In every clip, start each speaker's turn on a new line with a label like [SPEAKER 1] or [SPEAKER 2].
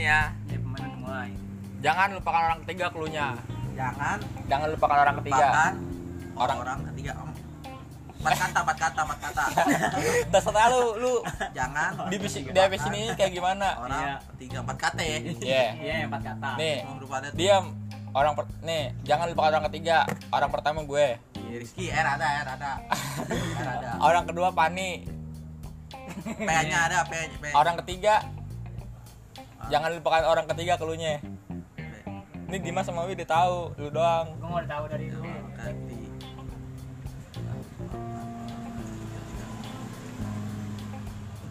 [SPEAKER 1] ya
[SPEAKER 2] ya pemain udah mulai
[SPEAKER 1] jangan lupakan orang ketiga klunya
[SPEAKER 3] jangan
[SPEAKER 1] jangan lupakan orang ketiga
[SPEAKER 3] bahkan
[SPEAKER 1] Orang.
[SPEAKER 3] orang, ketiga om. empat kata empat kata empat kata
[SPEAKER 1] dasarnya lu lu
[SPEAKER 3] jangan
[SPEAKER 1] di bis- di habis ini kayak gimana
[SPEAKER 3] orang
[SPEAKER 2] Iya.
[SPEAKER 3] ketiga empat kata ya
[SPEAKER 1] ya
[SPEAKER 2] iya empat kata
[SPEAKER 1] nih
[SPEAKER 3] Mau berubah ada tuh.
[SPEAKER 1] diam orang per- nih jangan lupakan orang ketiga orang pertama gue
[SPEAKER 3] Iya, Rizky R ada R ada R ada
[SPEAKER 1] orang kedua Pani
[SPEAKER 3] P nya ada P nya P
[SPEAKER 1] orang ketiga
[SPEAKER 3] Nah.
[SPEAKER 1] jangan lupakan orang ketiga kelunya ini Dimas sama Wi udah tahu lu doang
[SPEAKER 2] gue udah tahu dari dulu
[SPEAKER 3] Orang ketiga.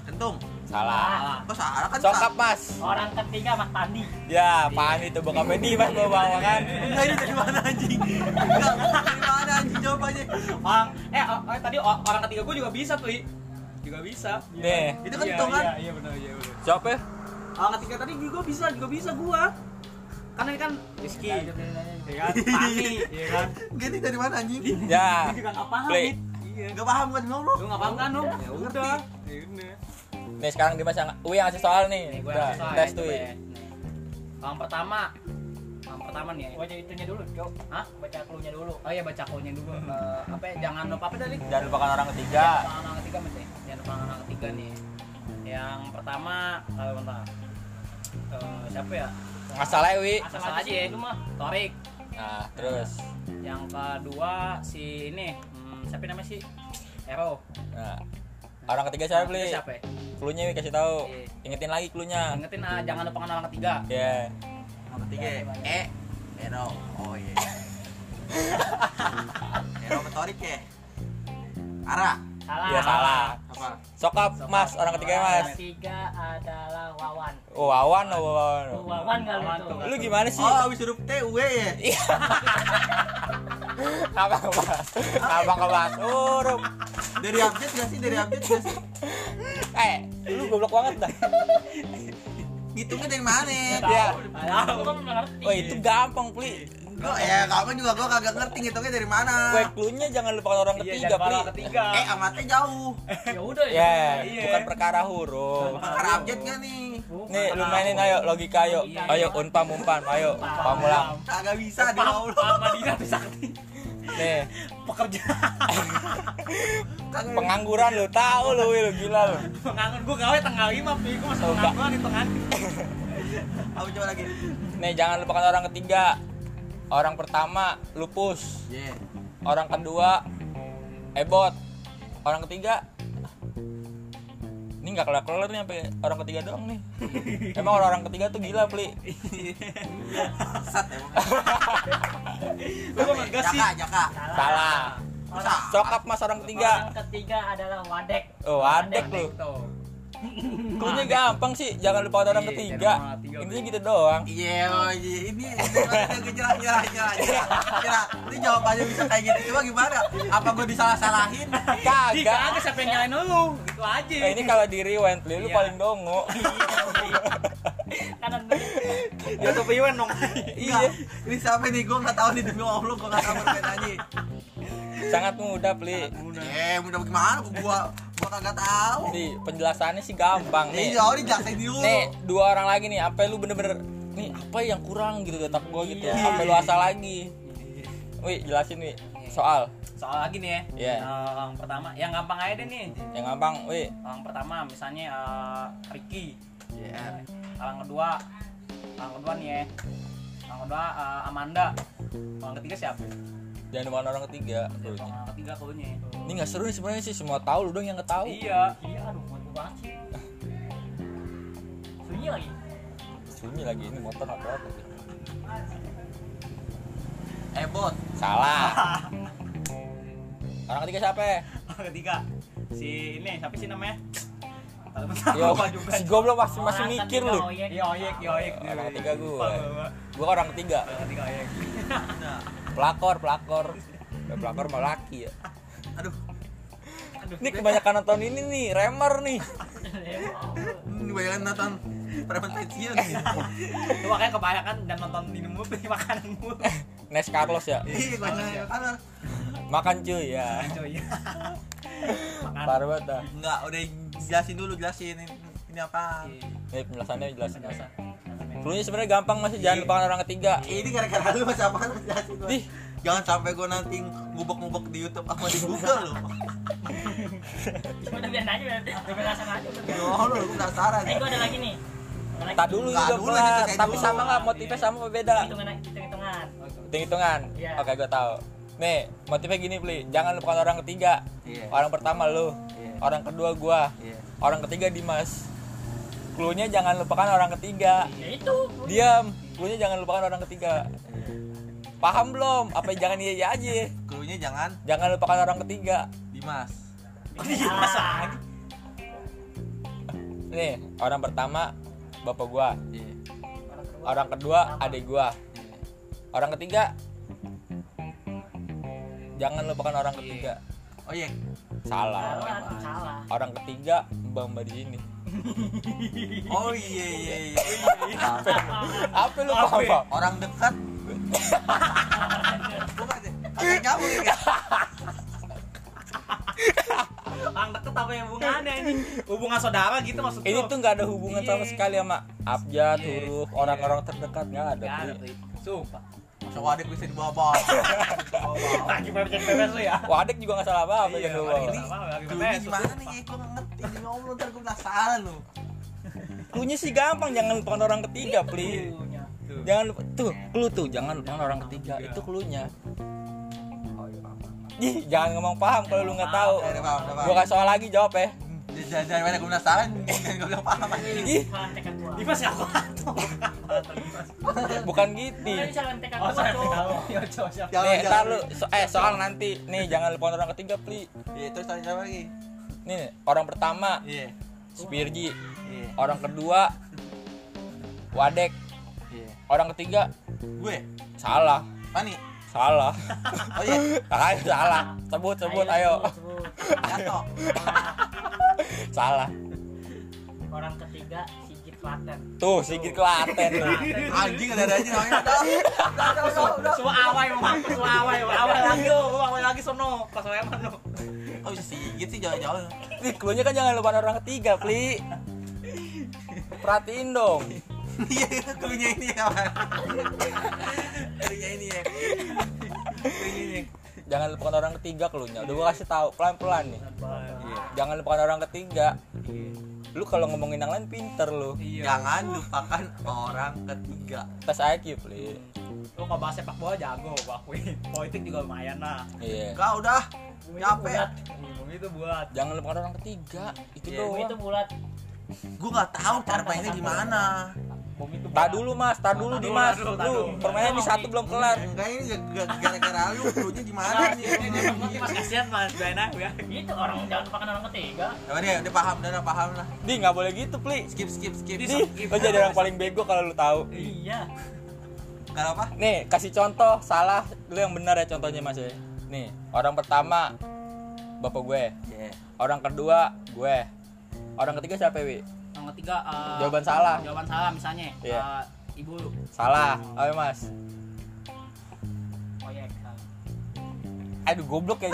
[SPEAKER 3] Kentung,
[SPEAKER 1] salah
[SPEAKER 2] Ah,
[SPEAKER 3] kok salah kan?
[SPEAKER 1] sokap
[SPEAKER 3] Kak?
[SPEAKER 1] mas
[SPEAKER 2] orang ketiga mas Tandi
[SPEAKER 1] ya Pani tuh bokapnya Dimas bawa bawa kan
[SPEAKER 3] Enggak ini dari mana anjing? Enggak, dari mana anjing jawabannya?
[SPEAKER 4] orang eh o- o- tadi o- orang ketiga gue juga bisa tuh I. juga bisa
[SPEAKER 1] nih ya?
[SPEAKER 3] Itu kan hitungan.
[SPEAKER 4] iya iya benar iya benar
[SPEAKER 1] siapa
[SPEAKER 4] orang ketiga tadi juga bisa juga bisa gue karena ini kan Rizky
[SPEAKER 2] Lanjut, lanjut, lanjut.
[SPEAKER 4] ya kan Pani ya kan
[SPEAKER 3] Gini dari mana anjing?
[SPEAKER 1] ya
[SPEAKER 4] Lu juga nggak
[SPEAKER 3] Ah,
[SPEAKER 4] paham
[SPEAKER 1] play
[SPEAKER 4] It. iya
[SPEAKER 3] Enggak paham kan ngomong lu?
[SPEAKER 4] lu nggak paham kan Om?
[SPEAKER 3] Ya
[SPEAKER 4] ya
[SPEAKER 3] udah.
[SPEAKER 4] udah ya udah
[SPEAKER 1] nih sekarang Dimas yang Wi yang ngasih soal
[SPEAKER 2] Nih,
[SPEAKER 1] nih
[SPEAKER 2] gua
[SPEAKER 1] udah
[SPEAKER 2] ngasih soal
[SPEAKER 1] tes
[SPEAKER 2] ya,
[SPEAKER 1] tuh
[SPEAKER 2] coba
[SPEAKER 1] Wi.
[SPEAKER 2] ya. Nih.
[SPEAKER 4] orang pertama orang pertama nih ya
[SPEAKER 2] baca itunya dulu cok
[SPEAKER 4] Hah?
[SPEAKER 2] baca cluenya dulu
[SPEAKER 4] oh iya baca call-nya dulu
[SPEAKER 2] Eh, apa ya, jangan lupa apa tadi
[SPEAKER 1] jangan lupakan orang ketiga
[SPEAKER 4] Orang anak ketiga Mas, ya?
[SPEAKER 2] yang depan anak ketiga nih
[SPEAKER 4] yang pertama kalau bentar Eh, siapa ya
[SPEAKER 1] masalahnya Wi
[SPEAKER 4] Asal
[SPEAKER 2] asal, aja
[SPEAKER 4] aja. ya.
[SPEAKER 2] sih itu mah
[SPEAKER 4] Torik
[SPEAKER 1] nah terus
[SPEAKER 4] yang kedua si ini hmm, siapa namanya sih Ero
[SPEAKER 1] nah orang ketiga siapa
[SPEAKER 4] Yang ketiga
[SPEAKER 1] beli
[SPEAKER 4] siapa ya?
[SPEAKER 1] klunya Wi kasih tahu
[SPEAKER 4] Iya.
[SPEAKER 1] ingetin lagi klunya
[SPEAKER 4] ingetin ah, jangan lupa orang ketiga
[SPEAKER 1] ya
[SPEAKER 3] Nomor tiga E Ero. Oh iya. Ero motorik ya. Ara.
[SPEAKER 2] salah
[SPEAKER 4] Ah.
[SPEAKER 1] ya salah
[SPEAKER 3] Apa?
[SPEAKER 1] sokap mas orang ketiga mas
[SPEAKER 2] Yang ketiga adalah Wawan
[SPEAKER 1] Oh, Wawan, oh, Wawan.
[SPEAKER 2] Wawan
[SPEAKER 4] kan
[SPEAKER 2] nggak lu
[SPEAKER 4] Wawan
[SPEAKER 2] tuh
[SPEAKER 4] tuh.
[SPEAKER 1] Lu gimana sih?
[SPEAKER 3] Oh, habis huruf T U W ya.
[SPEAKER 1] Apa kebas? Apa Oh, kebas? Urup.
[SPEAKER 3] Dari update nggak sih? Dari update nggak sih?
[SPEAKER 1] Eh, lu goblok banget dah.
[SPEAKER 3] Ngitungnya dari mana?
[SPEAKER 1] Ya.
[SPEAKER 2] Aku kan nggak ngerti
[SPEAKER 1] Wah, Oh, itu gampang, Pli.
[SPEAKER 3] Gua ya kamu juga gua kagak ngerti ngitungnya dari mana.
[SPEAKER 1] Kue klunya jangan lupa kan orang
[SPEAKER 4] Iya,
[SPEAKER 1] ketiga,
[SPEAKER 4] jangan
[SPEAKER 1] Pli.
[SPEAKER 4] orang ketiga
[SPEAKER 3] Eh, amatnya jauh.
[SPEAKER 2] ya udah
[SPEAKER 1] Ya,
[SPEAKER 2] ya
[SPEAKER 4] Iya.
[SPEAKER 1] bukan perkara huruf.
[SPEAKER 3] Perkara update nggak nih?
[SPEAKER 2] Bukan.
[SPEAKER 1] Nih, lu mainin ayo logika ayo. Ayo unpam umpan, ayo pamulang.
[SPEAKER 3] Kagak bisa di Allah.
[SPEAKER 4] Pak Madinah tuh sakti
[SPEAKER 1] Nih,
[SPEAKER 4] pekerja
[SPEAKER 3] Kagak
[SPEAKER 1] pengangguran lu tahu lu, Wi, lu gila lu.
[SPEAKER 4] penganggur gue gawe tengah lima pi gue masih
[SPEAKER 1] Oh,
[SPEAKER 4] pengangguran di tengah
[SPEAKER 3] Aku coba lagi.
[SPEAKER 1] Nih, jangan lupakan orang ketiga. Orang pertama lupus,
[SPEAKER 3] Ye.
[SPEAKER 1] orang kedua ebot orang ketiga ini nggak kelar kelar nih sampai orang ketiga doang nih emang orang orang ketiga tuh gila pli
[SPEAKER 3] Sat emang.
[SPEAKER 4] lu mah enggak sih
[SPEAKER 3] Jaka, Jaka.
[SPEAKER 1] salah
[SPEAKER 3] Salah.
[SPEAKER 1] sokap mas orang
[SPEAKER 2] Orang
[SPEAKER 1] ketiga
[SPEAKER 2] ketiga adalah Wadek
[SPEAKER 1] oh adek lu
[SPEAKER 4] tuh
[SPEAKER 1] Klunya gampang sih jangan lupa orang
[SPEAKER 4] Nah, Iya, jangan lupa
[SPEAKER 1] ketiga
[SPEAKER 4] orang ketiga,
[SPEAKER 1] intinya gitu doang
[SPEAKER 3] Iya, oh, iya. ini ini nyerah nyerah nyerah nyerah. Nyerah. Ini jawabannya bisa kayak gitu. Coba gimana? Apa gue disalah-salahin?
[SPEAKER 4] Ih,
[SPEAKER 1] kagak
[SPEAKER 4] kagak siapa yang nyalain lu gitu aja
[SPEAKER 1] Eh, ini kalau di rewind pli lu
[SPEAKER 4] Iya.
[SPEAKER 1] paling dongo
[SPEAKER 2] kanan
[SPEAKER 4] ya tuh piwen dong
[SPEAKER 3] Iya. Ini siapa nih? Gue nggak tahu nih demi Allah gue nggak tahu perbedaannya.
[SPEAKER 1] sangat mudah pli
[SPEAKER 3] Eh, udah gimana? Gua gua kagak tahu.
[SPEAKER 1] di penjelasannya sih gampang nih
[SPEAKER 3] Ini jauh nih jelasin dulu.
[SPEAKER 1] nih dua orang lagi nih apa lu bener-bener nih apa yang kurang gitu di otak gua gitu
[SPEAKER 4] Iya.
[SPEAKER 1] apa lu asal lagi Wih jelasin Wi soal
[SPEAKER 4] soal lagi nih ya
[SPEAKER 1] Iya.
[SPEAKER 4] Eh, yang pertama yang gampang aja deh nih
[SPEAKER 1] yang gampang Wih
[SPEAKER 4] orang pertama misalnya eh, Ricky
[SPEAKER 3] Iya.
[SPEAKER 4] orang kedua orang kedua nih ya orang kedua eh, Amanda orang ketiga siapa
[SPEAKER 1] jangan lupakan orang ketiga krunya.
[SPEAKER 4] orang ketiga kaunya
[SPEAKER 1] ini nggak seru nih sebenarnya sih semua tahu lu dong yang nggak tahu
[SPEAKER 4] iya
[SPEAKER 2] iya aduh buat gue banget sih sunyi lagi
[SPEAKER 1] sunyi lagi ini motor apa apa
[SPEAKER 3] Eh, bot.
[SPEAKER 1] salah orang ketiga siapa
[SPEAKER 4] orang ketiga si ini siapa sih namanya
[SPEAKER 1] Yo,
[SPEAKER 4] Lupa juga.
[SPEAKER 1] si goblok masih masih
[SPEAKER 2] Orang
[SPEAKER 1] mikir
[SPEAKER 2] ketiga
[SPEAKER 1] lu
[SPEAKER 2] Oyek.
[SPEAKER 4] Iya oyek, iya oyek.
[SPEAKER 1] Orang ketiga gue.
[SPEAKER 4] Lupa gua.
[SPEAKER 1] gua orang ketiga
[SPEAKER 4] Orang ketiga oyek.
[SPEAKER 3] Nah,
[SPEAKER 1] pelakor pelakor Eh, pelakor malah laki ya
[SPEAKER 3] aduh.
[SPEAKER 1] ini kebanyakan nonton ini nih remer nih
[SPEAKER 3] Ini bayangan nonton preventensial nih.
[SPEAKER 4] Lu makanya kebanyakan dan nonton minum mulu, beli makanan mulu.
[SPEAKER 1] Nes Carlos ya
[SPEAKER 3] Iya, banyak. Aduh.
[SPEAKER 1] makan cuy ya
[SPEAKER 4] Coy. Makanan.
[SPEAKER 1] parah banget dah
[SPEAKER 3] Enggak, udah jelasin dulu jelasin ini, ini apa.
[SPEAKER 1] Ini Eh, penjelasannya jelasin
[SPEAKER 4] Biasa.
[SPEAKER 1] Cluenya sebenarnya gampang mas, jangan lupakan orang ketiga.
[SPEAKER 3] ini gara-gara lu mas apaan mas jelasin Mas?
[SPEAKER 1] Ih.
[SPEAKER 3] jangan sampai gue nanti ngubek-ngubek di YouTube sama di Google lo
[SPEAKER 2] Udah biar nanya biar biar penasaran aja. udah biar.
[SPEAKER 3] ya Allah lu penasaran
[SPEAKER 2] Eh, gua ada lagi nih. Ada lagi.
[SPEAKER 1] Tak dulu
[SPEAKER 3] Nggak
[SPEAKER 1] juga
[SPEAKER 3] dulu,
[SPEAKER 1] kelar,
[SPEAKER 3] dikasih
[SPEAKER 1] tapi
[SPEAKER 3] dulu.
[SPEAKER 1] sama nggak motifnya sama apa beda?
[SPEAKER 4] Iya.
[SPEAKER 2] Hitungan hitungan.
[SPEAKER 1] Hitung-hitungan.
[SPEAKER 2] Iya.
[SPEAKER 1] Oke, gue tahu. Nih, motifnya gini, Pli. Jangan lupakan orang ketiga.
[SPEAKER 3] Iya.
[SPEAKER 1] Orang pertama lu,
[SPEAKER 3] Iya.
[SPEAKER 1] orang kedua gua,
[SPEAKER 3] Iya.
[SPEAKER 1] orang ketiga Dimas. Cluenya jangan lupakan orang ketiga.
[SPEAKER 2] Ya itu.
[SPEAKER 1] Diam, cluenya jangan lupakan orang ketiga. Paham belum? Apa yang jangan iya iya aja?
[SPEAKER 3] Krunya jangan
[SPEAKER 1] Jangan lupakan orang ketiga.
[SPEAKER 3] Dimas
[SPEAKER 4] Iya,
[SPEAKER 2] Dimas lagi.
[SPEAKER 1] Nih, orang pertama bapak gua,
[SPEAKER 3] iya
[SPEAKER 1] orang kedua adik gua,
[SPEAKER 3] iya.
[SPEAKER 1] orang ketiga jangan lupakan orang ketiga.
[SPEAKER 3] oh iya
[SPEAKER 1] Salah.
[SPEAKER 2] Salah, salah.
[SPEAKER 1] Orang ketiga mbak mbak di sini.
[SPEAKER 3] oh iya iya iya
[SPEAKER 1] Apa lu paham? Bang?
[SPEAKER 3] orang dekat bukan deh agak nyambung ya
[SPEAKER 4] Orang deket apa yang hubungannya ini? Hubungan saudara gitu maksud
[SPEAKER 1] Ini
[SPEAKER 4] lu?
[SPEAKER 1] tuh nggak ada hubungan sama
[SPEAKER 4] Iya.
[SPEAKER 1] sekali sama abjad,
[SPEAKER 4] Iya.
[SPEAKER 1] huruf, orang-orang terdekat nggak ada.
[SPEAKER 4] Nggak ada,
[SPEAKER 1] Pri.
[SPEAKER 4] Pri. Sumpah.
[SPEAKER 3] so adik bisa dibawa-bawa
[SPEAKER 2] Oh,
[SPEAKER 4] Lagi berbicara bebas
[SPEAKER 2] Iya,
[SPEAKER 4] lu ya.
[SPEAKER 1] Wah, adik juga nggak salah apa-apa
[SPEAKER 4] Iya,
[SPEAKER 1] kan lu.
[SPEAKER 4] adik
[SPEAKER 1] Bang.
[SPEAKER 4] ini- Gimana,
[SPEAKER 3] Krunya
[SPEAKER 4] Sus?
[SPEAKER 3] gimana nih ya gue ngerti nih Allah ntar gue penasaran lu
[SPEAKER 1] Cluenya sih gampang, jangan lupakan orang ketiga, please.
[SPEAKER 4] Punya. Tuh.
[SPEAKER 1] Jangan lupa tuh, clue tuh jangan lupakan orang ketiga. Itu cluenya. Ih, jangan ngomong paham kalau lu nggak tahu.
[SPEAKER 3] udah paham udah
[SPEAKER 1] Oh. Gua
[SPEAKER 3] paham
[SPEAKER 1] kasih soal lagi jawab ya.
[SPEAKER 3] jangan jangan banyak gue penasaran jangan gue bilang paham aja
[SPEAKER 1] Ih,
[SPEAKER 2] Salah tekad gua.
[SPEAKER 4] Dimas siapa tuh?
[SPEAKER 1] bukan gitu.
[SPEAKER 2] Ini salah tekad
[SPEAKER 4] Oh,
[SPEAKER 2] gua.
[SPEAKER 4] saya
[SPEAKER 2] Cuk.
[SPEAKER 4] tahu. Ya, coba siapa?
[SPEAKER 3] Jangan,
[SPEAKER 1] Nih,
[SPEAKER 3] jangan.
[SPEAKER 1] ntar lu so- eh soal nanti. Nih, jangan lupakan orang ketiga, Pli.
[SPEAKER 3] iya terus tanya siapa lagi
[SPEAKER 1] Nih, orang pertama
[SPEAKER 3] iya
[SPEAKER 1] Spirji,
[SPEAKER 3] iya
[SPEAKER 1] orang kedua Wadek,
[SPEAKER 3] iya
[SPEAKER 1] orang ketiga
[SPEAKER 3] gue
[SPEAKER 1] salah,
[SPEAKER 3] Mani
[SPEAKER 1] salah.
[SPEAKER 3] oh iya
[SPEAKER 1] Ayo salah. Sebut sebut ayo.
[SPEAKER 2] sebut,
[SPEAKER 3] Gato
[SPEAKER 1] Salah.
[SPEAKER 2] sebut. Orang ketiga Sigit Klaten.
[SPEAKER 1] Tuh, Sigit Klaten tuh.
[SPEAKER 3] anjing ada ada aja namanya udah udah udah udah udah
[SPEAKER 4] Suwa awal mau mampus, suwa awal, awal lagi, oh, awal lagi sono, pas Sleman lo.
[SPEAKER 3] oh sigit sih jauh-jauh
[SPEAKER 1] Nih, cluenya kan jangan lupa orang ketiga, Pli. Perhatiin dong.
[SPEAKER 3] iya krunya ini ya Man. krunya ini ya krunya ini
[SPEAKER 1] Jangan lupakan orang ketiga cluenya. Udah gua kasih tahu pelan-pelan nih.
[SPEAKER 3] Iya.
[SPEAKER 1] Jangan lupakan orang ketiga.
[SPEAKER 2] Iya.
[SPEAKER 1] Lu kalau ngomongin yang lain pinter lu.
[SPEAKER 4] Iya.
[SPEAKER 3] jangan lupakan orang ketiga
[SPEAKER 1] Tes IQ, Pli.
[SPEAKER 4] Lo kalau bahas sepak bola jago, gua akuin. Politik juga lumayan lah. Iya,
[SPEAKER 1] Iya.
[SPEAKER 3] enggak udah nyampe
[SPEAKER 4] Ngomong gitu itu buat
[SPEAKER 1] Jangan lupakan orang ketiga. Itu
[SPEAKER 3] Iya,
[SPEAKER 2] Gua itu
[SPEAKER 1] doang.
[SPEAKER 2] bulat.
[SPEAKER 3] gue nggak tahu cara mainnya gimana
[SPEAKER 4] bom itu.
[SPEAKER 1] Tar dulu, Mas. Tar dulu,
[SPEAKER 4] Tar dulu,
[SPEAKER 1] Dimas.
[SPEAKER 4] tar dulu, tar
[SPEAKER 1] Lu
[SPEAKER 4] dulu.
[SPEAKER 1] permainan di satu belum kelar.
[SPEAKER 3] enggak ini gara- gara- gara-gara lu krunya gimana
[SPEAKER 1] Iya,
[SPEAKER 3] nih
[SPEAKER 2] Iya.
[SPEAKER 3] Iya.
[SPEAKER 4] Mas kasihan Mas Dana ya.
[SPEAKER 2] Itu orang jangan lupakan orang ketiga.
[SPEAKER 3] Coba deh, udah paham, udah udah paham lah.
[SPEAKER 1] Di nggak boleh gitu, Pli.
[SPEAKER 3] Skip, skip, skip.
[SPEAKER 1] Di, lo jadi orang paling bego kalau lu tahu.
[SPEAKER 2] Iya.
[SPEAKER 3] Kalau apa?
[SPEAKER 1] Nih, kasih contoh salah lu yang benar ya contohnya Mas ya. Nih, orang pertama bapak gue,
[SPEAKER 3] Iya.
[SPEAKER 1] orang kedua gue. Orang ketiga siapa, Wi?
[SPEAKER 4] Yang ketiga eh,
[SPEAKER 1] Jawaban salah.
[SPEAKER 4] Jawaban salah misalnya.
[SPEAKER 1] Iya.
[SPEAKER 4] eh, ibu lu.
[SPEAKER 1] Salah. Ayo, Mas.
[SPEAKER 2] Oh iya.
[SPEAKER 1] Aduh, goblok ya
[SPEAKER 4] Eh,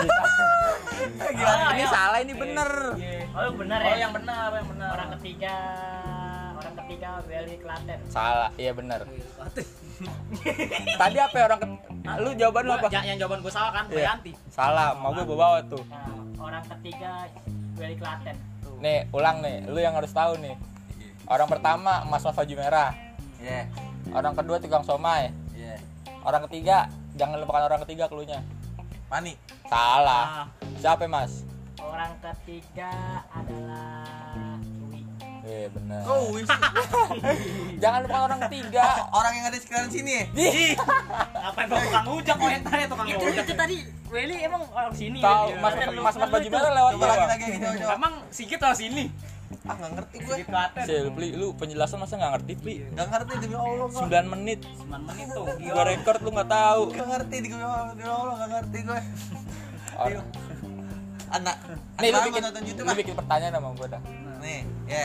[SPEAKER 4] ya.
[SPEAKER 2] Gimana?
[SPEAKER 1] Ini salah, ini bener.
[SPEAKER 2] Ah, iya. Oh yang benar ya.
[SPEAKER 4] Oh, yang benar, yang benar.
[SPEAKER 2] Orang ketiga. Orang ketiga Welly Klaten.
[SPEAKER 1] Salah, iya bener. Tadi apa ya orang ke- lu jawaban lu
[SPEAKER 4] Gua-
[SPEAKER 1] apa?
[SPEAKER 4] ja- yang jawaban gue salah kan,
[SPEAKER 1] Iya.
[SPEAKER 4] Bayanti.
[SPEAKER 1] Salah, mau gue bawa tuh.
[SPEAKER 2] Nah, orang ketiga Welly Klaten.
[SPEAKER 1] Nih, ulang nih. Lu yang harus tahu nih. Orang pertama Mas Mas baju merah.
[SPEAKER 3] Iya.
[SPEAKER 1] Orang kedua tukang somai.
[SPEAKER 3] Iya.
[SPEAKER 1] Orang ketiga jangan lupakan orang ketiga klunya.
[SPEAKER 3] Mani.
[SPEAKER 1] Salah.
[SPEAKER 2] Ah.
[SPEAKER 1] Siapa, Mas?
[SPEAKER 2] Orang ketiga adalah Rui.
[SPEAKER 1] Iya benar.
[SPEAKER 3] Kau wis.
[SPEAKER 1] Jangan lupa orang ketiga.
[SPEAKER 3] Oh, Orang yang ada di sekitaran sini.
[SPEAKER 2] Iya,
[SPEAKER 1] Ih,
[SPEAKER 4] Ngapain lo tukang ujak kok entar ya tukang ujak.
[SPEAKER 2] tadi Welly emang orang sini.
[SPEAKER 1] tahu
[SPEAKER 4] ya.
[SPEAKER 2] Iya.
[SPEAKER 1] mas
[SPEAKER 2] Klaten lu,
[SPEAKER 1] mas mas
[SPEAKER 2] Klaten lu
[SPEAKER 1] baju
[SPEAKER 2] itu.
[SPEAKER 1] merah lewat
[SPEAKER 3] Coba
[SPEAKER 1] gua.
[SPEAKER 3] lagi lagi gitu. Coba.
[SPEAKER 4] Emang sikit lah sini.
[SPEAKER 3] Ah nggak ngerti gue.
[SPEAKER 4] Sikit Klaten.
[SPEAKER 1] Si, lu, Pli, lu penjelasan masa nggak ngerti Pli?
[SPEAKER 2] Iya.
[SPEAKER 3] Nggak ngerti demi Allah. gua.
[SPEAKER 1] 9 menit
[SPEAKER 4] 9 menit tuh.
[SPEAKER 1] gua record lu nggak tahu.
[SPEAKER 2] Iya.
[SPEAKER 3] Nggak ngerti demi Allah. Demi Allah nggak ngerti gue.
[SPEAKER 2] Iya.
[SPEAKER 1] Or-
[SPEAKER 3] Anak.
[SPEAKER 1] Nih lu
[SPEAKER 3] anak
[SPEAKER 1] bikin
[SPEAKER 3] gua nonton YouTube
[SPEAKER 1] lu
[SPEAKER 3] ah.
[SPEAKER 1] bikin pertanyaan sama gua dah.
[SPEAKER 3] Nih, ya.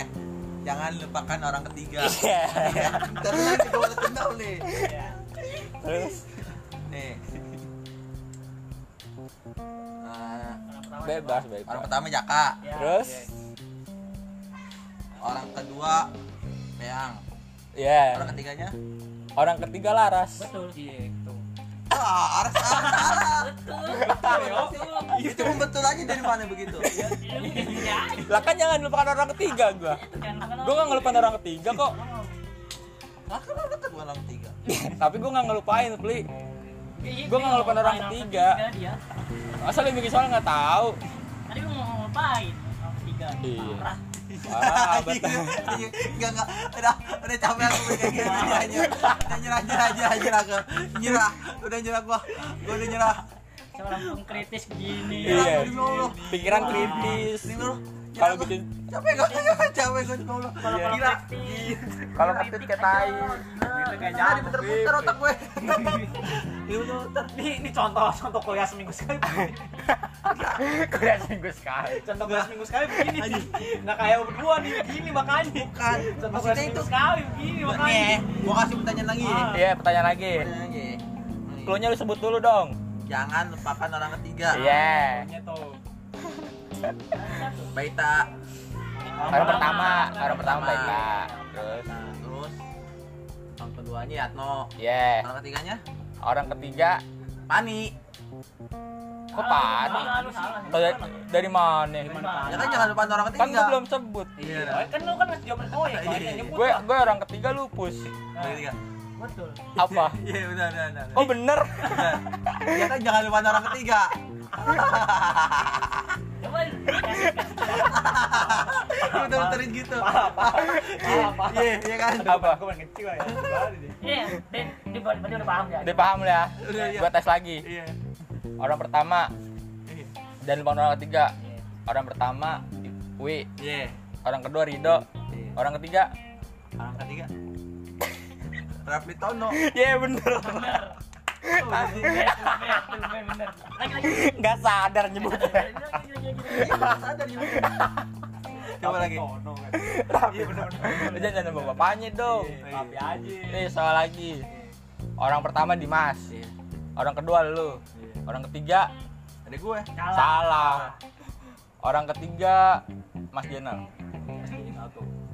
[SPEAKER 3] Jangan lupakan orang ketiga.
[SPEAKER 1] Iya.
[SPEAKER 3] Terus lagi gue udah tendang nih.
[SPEAKER 1] Terus
[SPEAKER 3] Nih. Ah,
[SPEAKER 2] Orang pertama
[SPEAKER 1] bebas
[SPEAKER 3] orang
[SPEAKER 1] bebas.
[SPEAKER 3] pertama Jaka.
[SPEAKER 2] siapa? Ya.
[SPEAKER 1] Terus
[SPEAKER 3] orang kedua Peang
[SPEAKER 1] ya
[SPEAKER 2] Iya,
[SPEAKER 3] orang ketiganya
[SPEAKER 1] orang ketiga Laras
[SPEAKER 2] Betul.
[SPEAKER 4] Iya, gitu.
[SPEAKER 3] ah aras aras aras
[SPEAKER 2] Betul.
[SPEAKER 3] Ya, cuma betul aja dari mana begitu
[SPEAKER 2] Lu iya.
[SPEAKER 1] lah kan jangan lupakan orang ketiga gua gua nggak ngelupain orang ketiga kok
[SPEAKER 3] lah kan orang kedua orang ketiga
[SPEAKER 1] tapi gua nggak ngelupain pli Gua nggak ngelupain orang ketiga.
[SPEAKER 2] dia.
[SPEAKER 1] asal yang bikin soal nggak tahu
[SPEAKER 2] Tadi lu mau ngelupain orang ketiga.
[SPEAKER 1] Iya.
[SPEAKER 2] Parah. Iya.
[SPEAKER 1] Wah, Nah, betul.
[SPEAKER 3] Iya, Enggak enggak udah udah capek aku udah kayak gini aja. Udah nyerah nyerah nyerah nyerah aku. Nyerah, udah nyerah gua. Gua udah nyerah.
[SPEAKER 2] Sama langsung kritis begini.
[SPEAKER 1] Iya.
[SPEAKER 3] Demi Allah.
[SPEAKER 1] pikiran kritis
[SPEAKER 3] Demi Allah. nyerah
[SPEAKER 1] kalau
[SPEAKER 3] gua.
[SPEAKER 1] bikin
[SPEAKER 3] capek gua capek gua demi Allah.
[SPEAKER 4] Iya.
[SPEAKER 2] Kalau kalau
[SPEAKER 3] Gila.
[SPEAKER 2] kritis.
[SPEAKER 1] kalau kritis kayak tai
[SPEAKER 4] Gitu
[SPEAKER 1] Iya,
[SPEAKER 4] kayak
[SPEAKER 3] Tadi
[SPEAKER 4] jamu.
[SPEAKER 3] puter-puter otak gue.
[SPEAKER 4] Ini ini contoh contoh kuliah seminggu sekali.
[SPEAKER 1] kuliah seminggu sekali
[SPEAKER 4] Contoh kuliah seminggu sekali begini. Nggak kayak berdua nih begini makanya. Contoh
[SPEAKER 3] Bukan.
[SPEAKER 4] kuliah
[SPEAKER 3] Maksudnya itu
[SPEAKER 4] seminggu sekali begini makanya.
[SPEAKER 3] Nih, gua kasih pertanyaan lagi.
[SPEAKER 4] Ah.
[SPEAKER 1] iya pertanyaan lagi
[SPEAKER 3] Pertanyaan lagi. Nih,
[SPEAKER 1] clue lu sebut dulu dong
[SPEAKER 3] Jangan lupakan orang ketiga.
[SPEAKER 1] iya
[SPEAKER 4] Pokoknya tuh.
[SPEAKER 3] Baita.
[SPEAKER 1] orang pertama orang pertama
[SPEAKER 3] Pertama.
[SPEAKER 1] Baita terus
[SPEAKER 3] Nah, terus orang keduanya Yatno.
[SPEAKER 1] iya
[SPEAKER 3] Orang ketiganya
[SPEAKER 1] orang ketiga
[SPEAKER 3] Pani.
[SPEAKER 1] kok Pani
[SPEAKER 2] Salah, lu salah.
[SPEAKER 4] Iya,
[SPEAKER 1] Dari- dari mana
[SPEAKER 4] Gimana Pak?
[SPEAKER 3] Ya kan jangan lupakan orang
[SPEAKER 1] kan
[SPEAKER 3] ketiga.
[SPEAKER 1] gue belum sebut
[SPEAKER 3] Iya.
[SPEAKER 4] Oh, Kan lu kan ngasih jawaban oh ya
[SPEAKER 3] Iya,
[SPEAKER 4] soalnya
[SPEAKER 3] iya.
[SPEAKER 4] nyebut.
[SPEAKER 1] gue gue orang ketiga lupus
[SPEAKER 3] Orang
[SPEAKER 1] Iya.
[SPEAKER 3] ketiga.
[SPEAKER 2] Betul.
[SPEAKER 1] apa
[SPEAKER 3] Iya, udah, udah, udah.
[SPEAKER 1] oh bener
[SPEAKER 3] Ya kan jangan lupakan orang ketiga.
[SPEAKER 2] Coba kasih- kasih
[SPEAKER 3] udah muterin gitu.
[SPEAKER 4] Apa? Apa?
[SPEAKER 3] Iya, iya kan.
[SPEAKER 1] Apa?
[SPEAKER 4] Gue main kecil aja. Balik deh.
[SPEAKER 2] Iya, Den, di bawah berarti udah paham ya.
[SPEAKER 1] udah paham lu ya
[SPEAKER 3] Udah, iya.
[SPEAKER 1] gue tes lagi
[SPEAKER 3] Iya.
[SPEAKER 1] orang pertama
[SPEAKER 3] Iya.
[SPEAKER 1] dan lupa orang ketiga orang pertama Wi
[SPEAKER 3] Iya.
[SPEAKER 1] orang kedua Rido
[SPEAKER 3] Iya.
[SPEAKER 1] orang ketiga
[SPEAKER 3] Orang ketiga. Rafli Tono.
[SPEAKER 1] ya bener
[SPEAKER 2] Bener. Tuh, bener, bener, bener, bener. Lagi lagi.
[SPEAKER 1] nggak sadar nyebutnya
[SPEAKER 2] Lagi, lagi, lagi,
[SPEAKER 3] Iya,
[SPEAKER 2] lagi.
[SPEAKER 3] nggak sadar juga. Coba lagi.
[SPEAKER 4] Tono kan.
[SPEAKER 1] tapi
[SPEAKER 4] Iya Iya. benar-benar.
[SPEAKER 1] jangan jangan sama bapaknya dong
[SPEAKER 4] Tapi aja.
[SPEAKER 1] eh soal lagi orang pertama Dimas
[SPEAKER 3] Iya.
[SPEAKER 1] orang kedua lu orang ketiga
[SPEAKER 3] Ada gue.
[SPEAKER 2] Kalah.
[SPEAKER 1] salah orang ketiga Mas Jenal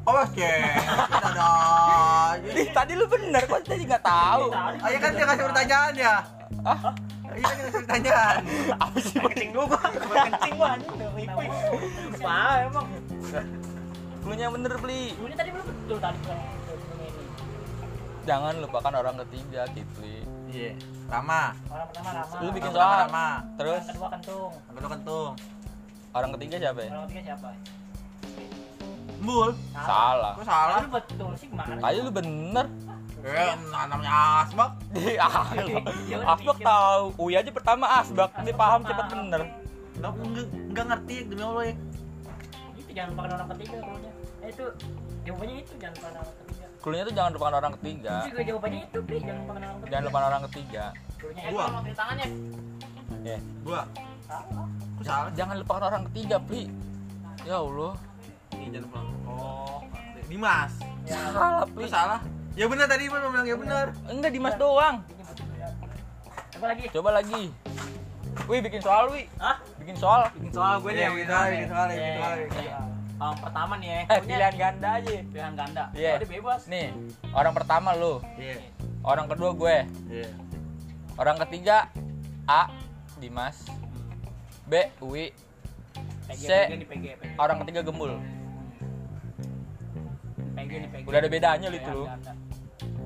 [SPEAKER 3] Oh, oke. Ada dong.
[SPEAKER 1] Ih, tadi lu bener kok tadi nggak tahu
[SPEAKER 3] Oh, iya kan dia kasih pertanyaan ya.
[SPEAKER 1] Hah?
[SPEAKER 3] Iya kan dia kasih pertanyaan.
[SPEAKER 1] apa sih
[SPEAKER 4] Kencing dulu gua. Gua kencing gua anjing udah pipis. Wah, emang.
[SPEAKER 1] lu yang bener beli
[SPEAKER 2] Ini tadi belum betul tadi belum belum ini.
[SPEAKER 1] jangan lupakan orang ketiga Kipli
[SPEAKER 3] Iya. Rama.
[SPEAKER 2] Orang pertama Rama.
[SPEAKER 1] Lu bikin
[SPEAKER 3] Orang
[SPEAKER 1] soal.
[SPEAKER 3] pertama Rama.
[SPEAKER 1] terus
[SPEAKER 2] Orang kedua Kentung.
[SPEAKER 3] Sampai lo kentung.
[SPEAKER 1] orang ketiga siapa ya
[SPEAKER 2] Orang ketiga siapa?
[SPEAKER 3] Mul.
[SPEAKER 1] salah
[SPEAKER 3] Gue
[SPEAKER 2] Salah.
[SPEAKER 3] salah.
[SPEAKER 2] Lu betul sih gimana?
[SPEAKER 1] tadi lu bener
[SPEAKER 3] Eh, namanya Asbak.
[SPEAKER 1] di asbak asbak tahu Uy aja pertama asbak dia paham cepet bener
[SPEAKER 3] Lo nggak nggak ngerti demi Allah ya.
[SPEAKER 2] Itu jangan lupakan orang ketiga pokoknya. Eh itu jawabannya itu jangan lupakan orang ketiga.
[SPEAKER 1] Cluenya tuh jangan lupakan orang ketiga
[SPEAKER 2] Itu juga jawabannya itu, Pri. Jangan lupakan orang ketiga.
[SPEAKER 1] jangan lupakan orang ketiga
[SPEAKER 2] Gurunya
[SPEAKER 3] Gua.
[SPEAKER 2] Eko mau cuci tangannya.
[SPEAKER 1] ya
[SPEAKER 3] Gua.
[SPEAKER 2] Salah.
[SPEAKER 3] Gue salah.
[SPEAKER 1] jangan lupakan orang ketiga Pri ya Allah
[SPEAKER 3] Nih Iya, jangan pulang. Oh. Dimas.
[SPEAKER 1] salah
[SPEAKER 3] Lu
[SPEAKER 1] Pri
[SPEAKER 3] salah. Ya benar tadi Iman bilang ya benar.
[SPEAKER 1] enggak Dimas doang
[SPEAKER 2] Ini betul ya. Coba lagi.
[SPEAKER 1] coba lagi Wih bikin soal Wih
[SPEAKER 4] Hah?
[SPEAKER 1] bikin soal
[SPEAKER 4] Bikin soal gue nih Oh, yang
[SPEAKER 3] gitu
[SPEAKER 4] beneran
[SPEAKER 3] aja,
[SPEAKER 4] nih.
[SPEAKER 3] gitu aja,
[SPEAKER 4] Iya.
[SPEAKER 3] gitu aja, gitu aja.
[SPEAKER 4] Orang pertama nih ya.
[SPEAKER 1] eh
[SPEAKER 4] Pokoknya
[SPEAKER 1] pilihan ganda aja
[SPEAKER 4] pilihan ganda.
[SPEAKER 1] Iya.
[SPEAKER 4] Udah bebas.
[SPEAKER 1] nih orang pertama lu
[SPEAKER 3] Iya.
[SPEAKER 1] orang kedua gue
[SPEAKER 3] Iya.
[SPEAKER 1] Orang ketiga A Dimas. B Uwi.
[SPEAKER 4] PG
[SPEAKER 1] C.
[SPEAKER 4] PG nih PG PG.
[SPEAKER 1] Orang ketiga Gembul.
[SPEAKER 4] PG nih PG.
[SPEAKER 1] Udah ada bedanya lu
[SPEAKER 4] Pilihan
[SPEAKER 1] itu lu.
[SPEAKER 4] ganda.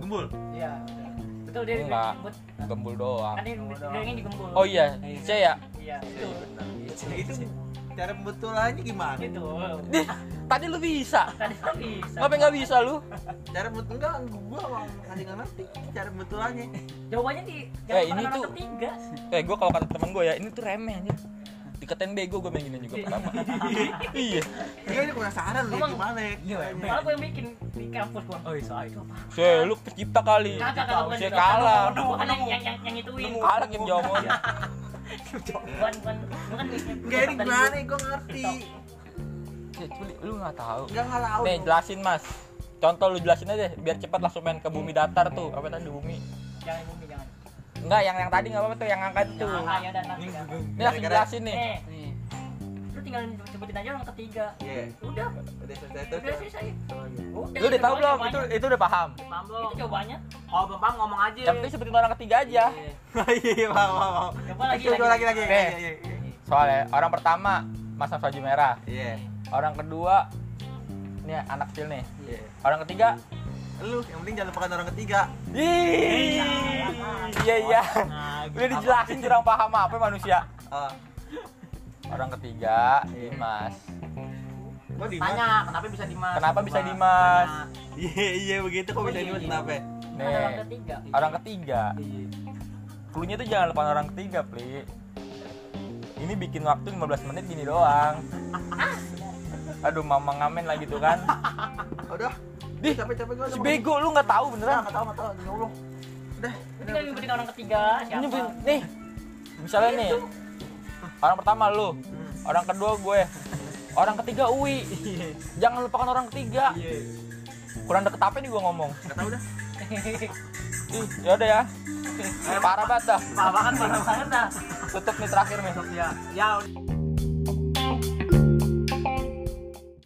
[SPEAKER 3] Gembul.
[SPEAKER 4] Iya. udah.
[SPEAKER 2] Betul dia
[SPEAKER 1] Enggak.
[SPEAKER 2] buat
[SPEAKER 1] Gembul doang.
[SPEAKER 2] kan dia bilangnya digembul.
[SPEAKER 1] Oh iya, C ya.
[SPEAKER 2] Iya, itu.
[SPEAKER 3] Itu cara pembetulannya gimana?
[SPEAKER 2] Itu.
[SPEAKER 1] Dih, tadi lu bisa.
[SPEAKER 2] Tadi kan bisa.
[SPEAKER 1] Ngapain nggak bisa lu?
[SPEAKER 3] Cara pembetul enggak gua mau kasih nggak ngerti cara pembetulannya.
[SPEAKER 2] Jawabannya di
[SPEAKER 1] Eh, ini
[SPEAKER 2] orang
[SPEAKER 1] tuh-
[SPEAKER 2] ketiga.
[SPEAKER 1] Eh, gua kalau kata temen gue ya, ini tuh remeh anjir. Dikatain bego gue main gini juga pertama. iya.
[SPEAKER 3] Iya ini penasaran lu
[SPEAKER 2] Emang-
[SPEAKER 3] gimana ya?
[SPEAKER 4] Iya, emang.
[SPEAKER 2] Malah gue yang bikin di kampus gua.
[SPEAKER 4] Oh, iya, soal itu.
[SPEAKER 1] Se, lu pencipta kali.
[SPEAKER 2] Kagak kagak bukan
[SPEAKER 1] Se
[SPEAKER 2] itu.
[SPEAKER 1] kalah.
[SPEAKER 2] iya. Bukan bukan yang yang yang, yang ituin.
[SPEAKER 1] Kalah game Jomo.
[SPEAKER 2] Bukan bukan bukan bikin-
[SPEAKER 3] Enggak ini
[SPEAKER 2] bukan
[SPEAKER 3] gimana
[SPEAKER 2] tadi.
[SPEAKER 3] ya? gua ngerti.
[SPEAKER 1] Ce, Culi, lu nggak tahu.
[SPEAKER 3] Enggak ngalah.
[SPEAKER 1] Nih, jelasin Mas. Contoh lu jelasin aja biar cepat langsung main ke bumi datar tuh. Apa tadi bumi?
[SPEAKER 2] Jangan bumi jangan.
[SPEAKER 1] Enggak, yang yang tadi nggak apa-apa tuh, yang angkat tuh.
[SPEAKER 2] Jangan ayo dan nanti.
[SPEAKER 1] Ini langsung jelasin nih.
[SPEAKER 2] Eh,
[SPEAKER 4] Nih.
[SPEAKER 2] lu tinggal sebutin aja orang ketiga
[SPEAKER 3] Iya.
[SPEAKER 2] udah
[SPEAKER 3] Udah selesai terus.
[SPEAKER 2] udah selesai udah
[SPEAKER 1] Lu udah Iya. tahu belum? Itu
[SPEAKER 2] jawabannya.
[SPEAKER 1] itu udah paham.
[SPEAKER 4] Paham belum?
[SPEAKER 2] itu jawabannya
[SPEAKER 4] Kalau belum paham ngomong aja.
[SPEAKER 1] Yang penting sebutin orang ketiga aja.
[SPEAKER 4] Iya.
[SPEAKER 3] Iya, mau mau mau.
[SPEAKER 2] coba lagi
[SPEAKER 3] Coba lagi lagi.
[SPEAKER 1] Nih.
[SPEAKER 3] Iya, iya, iya.
[SPEAKER 1] Soalnya orang pertama masang baju merah,
[SPEAKER 3] Iya.
[SPEAKER 1] orang kedua ini anak kecil nih.
[SPEAKER 3] Iya.
[SPEAKER 1] Orang ketiga
[SPEAKER 3] Lu yang penting jangan lupakan orang ketiga.
[SPEAKER 1] Ih, Iya iya.
[SPEAKER 4] Nah,
[SPEAKER 1] Udah dijelasin kurang paham apa ya manusia.
[SPEAKER 3] gitu. Oh.
[SPEAKER 1] Orang ketiga Dimas.
[SPEAKER 3] Kok di
[SPEAKER 4] Tanya, kenapa bisa Dimas?
[SPEAKER 1] Kenapa
[SPEAKER 4] Coba.
[SPEAKER 1] bisa Dimas?
[SPEAKER 4] Tanya.
[SPEAKER 3] Iya, iya begitu kok bisa ini kenapa?
[SPEAKER 2] Ada orang
[SPEAKER 1] Nih,
[SPEAKER 2] ketiga
[SPEAKER 1] orang ketiga.
[SPEAKER 4] Iya.
[SPEAKER 1] Cluenya tuh jangan lupa orang ketiga, Pli. Ini bikin waktu 15 menit gini doang. Aduh, mama ngamen lagi tuh kan.
[SPEAKER 3] Udah.
[SPEAKER 1] Dih,
[SPEAKER 3] capek-capek gua.
[SPEAKER 1] Si bego lu nggak tahu beneran.
[SPEAKER 3] Enggak tahu, enggak tahu. Ya Allah. Udah.
[SPEAKER 2] tinggal nyebutin orang ketiga
[SPEAKER 1] Ini
[SPEAKER 2] siapa
[SPEAKER 1] ben- nih. Misalnya nih. Orang pertama lu, orang kedua gue, orang ketiga Uwi. Jangan lupakan orang ketiga.
[SPEAKER 3] Iya.
[SPEAKER 1] Kurang deket apa nih gue ngomong?
[SPEAKER 3] Enggak tahu dah.
[SPEAKER 1] Ih, ya udah ya. Parah banget dah.
[SPEAKER 4] Parah banget, parah banget dah.
[SPEAKER 1] Tutup nih terakhir nih.
[SPEAKER 4] Ya, ya. udah.